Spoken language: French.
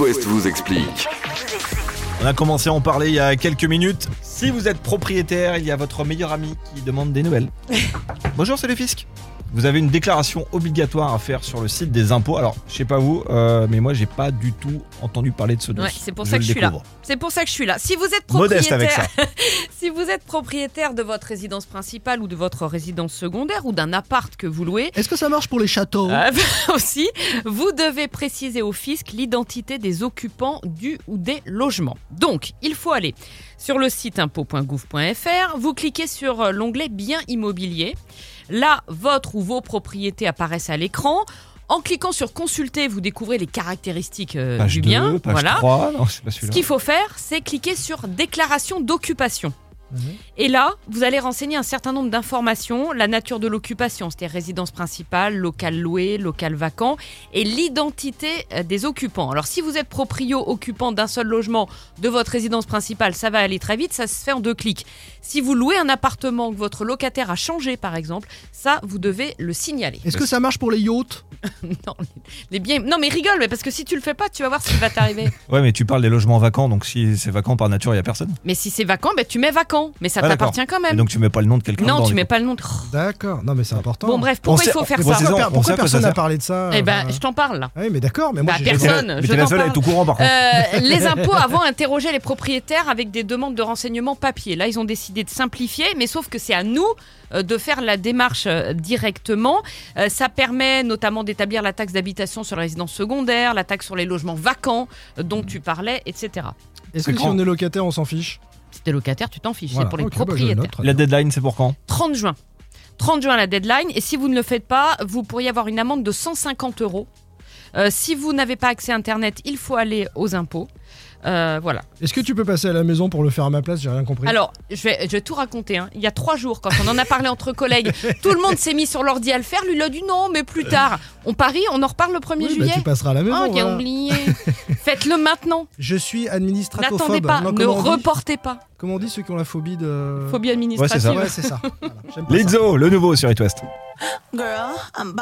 West vous explique. On a commencé à en parler il y a quelques minutes. Si vous êtes propriétaire, il y a votre meilleur ami qui demande des nouvelles. Bonjour, c'est le fisc. Vous avez une déclaration obligatoire à faire sur le site des impôts. Alors, je sais pas vous, euh, mais moi, j'ai pas du tout entendu parler de ce dossier. Ouais, c'est pour ça que je suis là. C'est pour ça que je suis là. Si vous êtes Modeste avec ça. propriétaire, si vous êtes propriétaire de votre résidence principale ou de votre résidence secondaire ou d'un appart que vous louez, Est-ce que ça marche pour les châteaux Ah. euh, bah, aussi, vous devez préciser au fisc l'identité des occupants du ou des logements. Donc, il faut aller sur le site impôts.gouv.fr, vous cliquez sur euh, l'onglet Biens immobiliers. Là, votre ou vos propriétés apparaissent à l'écran. En cliquant sur Consulter, vous découvrez les caractéristiques euh, Page du 2, bien. page voilà. 3, non, c'est pas Ce celui-là. qu'il faut faire, c'est cliquer sur déclaration d'occupation. Mhm. Et là, vous allez renseigner un certain nombre d'informations, la nature de l'occupation, c'est-à-dire résidence principale, local loué, local vacant, et l'identité euh, des occupants. Alors si vous êtes proprio occupant d'un seul logement de votre résidence principale, ça va aller très vite, ça se fait en deux clics. Si vous louez un appartement que votre locataire a changé, par exemple, ça, vous devez le signaler. Est-ce que ça marche pour les yachts non, les biens... non mais rigole, mais parce que si tu le fais pas, tu vas voir ce qui va t'arriver. Ouais, mais tu parles des logements vacants, donc si c'est vacant par nature, il y a personne. Mais si c'est vacant, ben, tu mets vacant. Mais ça Ah, d'accord. t'appartient quand Et même. donc tu mets pas le nom de quelqu'un. non, dedans, tu du mets coup. pas le nom. de- D'accord, non mais c'est important. Bon, bref, pourquoi sait- il faut faire on ça sait- Pourquoi, on pourquoi sait à quoi ça personne n'a sert. parlé de ça Eh euh, ben, je t'en parle là. Ah Oui, mais d'accord, mais moi Bah, j'ai- Mais t'es la- personne, mais je t'es la t'en seule à parle. être au courant par contre. Euh, les impôts avant interrogeaient les propriétaires avec des demandes de renseignements papier. Là, ils ont décidé de simplifier, mais sauf que c'est à nous euh, de faire la démarche euh, directement. Euh, ça permet notamment d'établir la taxe d'habitation sur la résidence secondaire, la taxe sur les logements vacants euh, dont tu parlais, etc. Est-ce c'est que si grand. on est locataire, on s'en fiche Si t'es locataire, tu t'en fiches, Voilà. c'est pour les Ok, bah, je propriétaires. note. La deadline, c'est pour quand 30 juin. 30 juin la deadline. Et si vous ne le faites pas, vous pourriez avoir une amende de 150 euros. Euh, si vous n'avez pas accès à Internet, il faut aller aux impôts. Euh, voilà. Est-ce que tu peux passer à la maison pour le faire à ma place J'ai rien compris. Alors, je vais, je vais tout raconter. hein. Il y a trois jours, quand on en a parlé entre collègues, tout le monde s'est mis sur l'ordi à le faire. Lui, il a dit non, mais plus tard. On parie, on en reparle le 1er Oui, bah, juillet. tu passeras à la maison. Ah, qui a voilà. oublié. Faites-le maintenant. Je suis administratophobe. N'attendez pas. Non, ne comment, on dit reportez pas. Comment on dit ceux qui ont la phobie de. Phobie Ouais, c'est administrative. ça. Ouais, c'est ça. Voilà, j'aime pas ça. Lizzo, le nouveau sur It West. Girl, I'm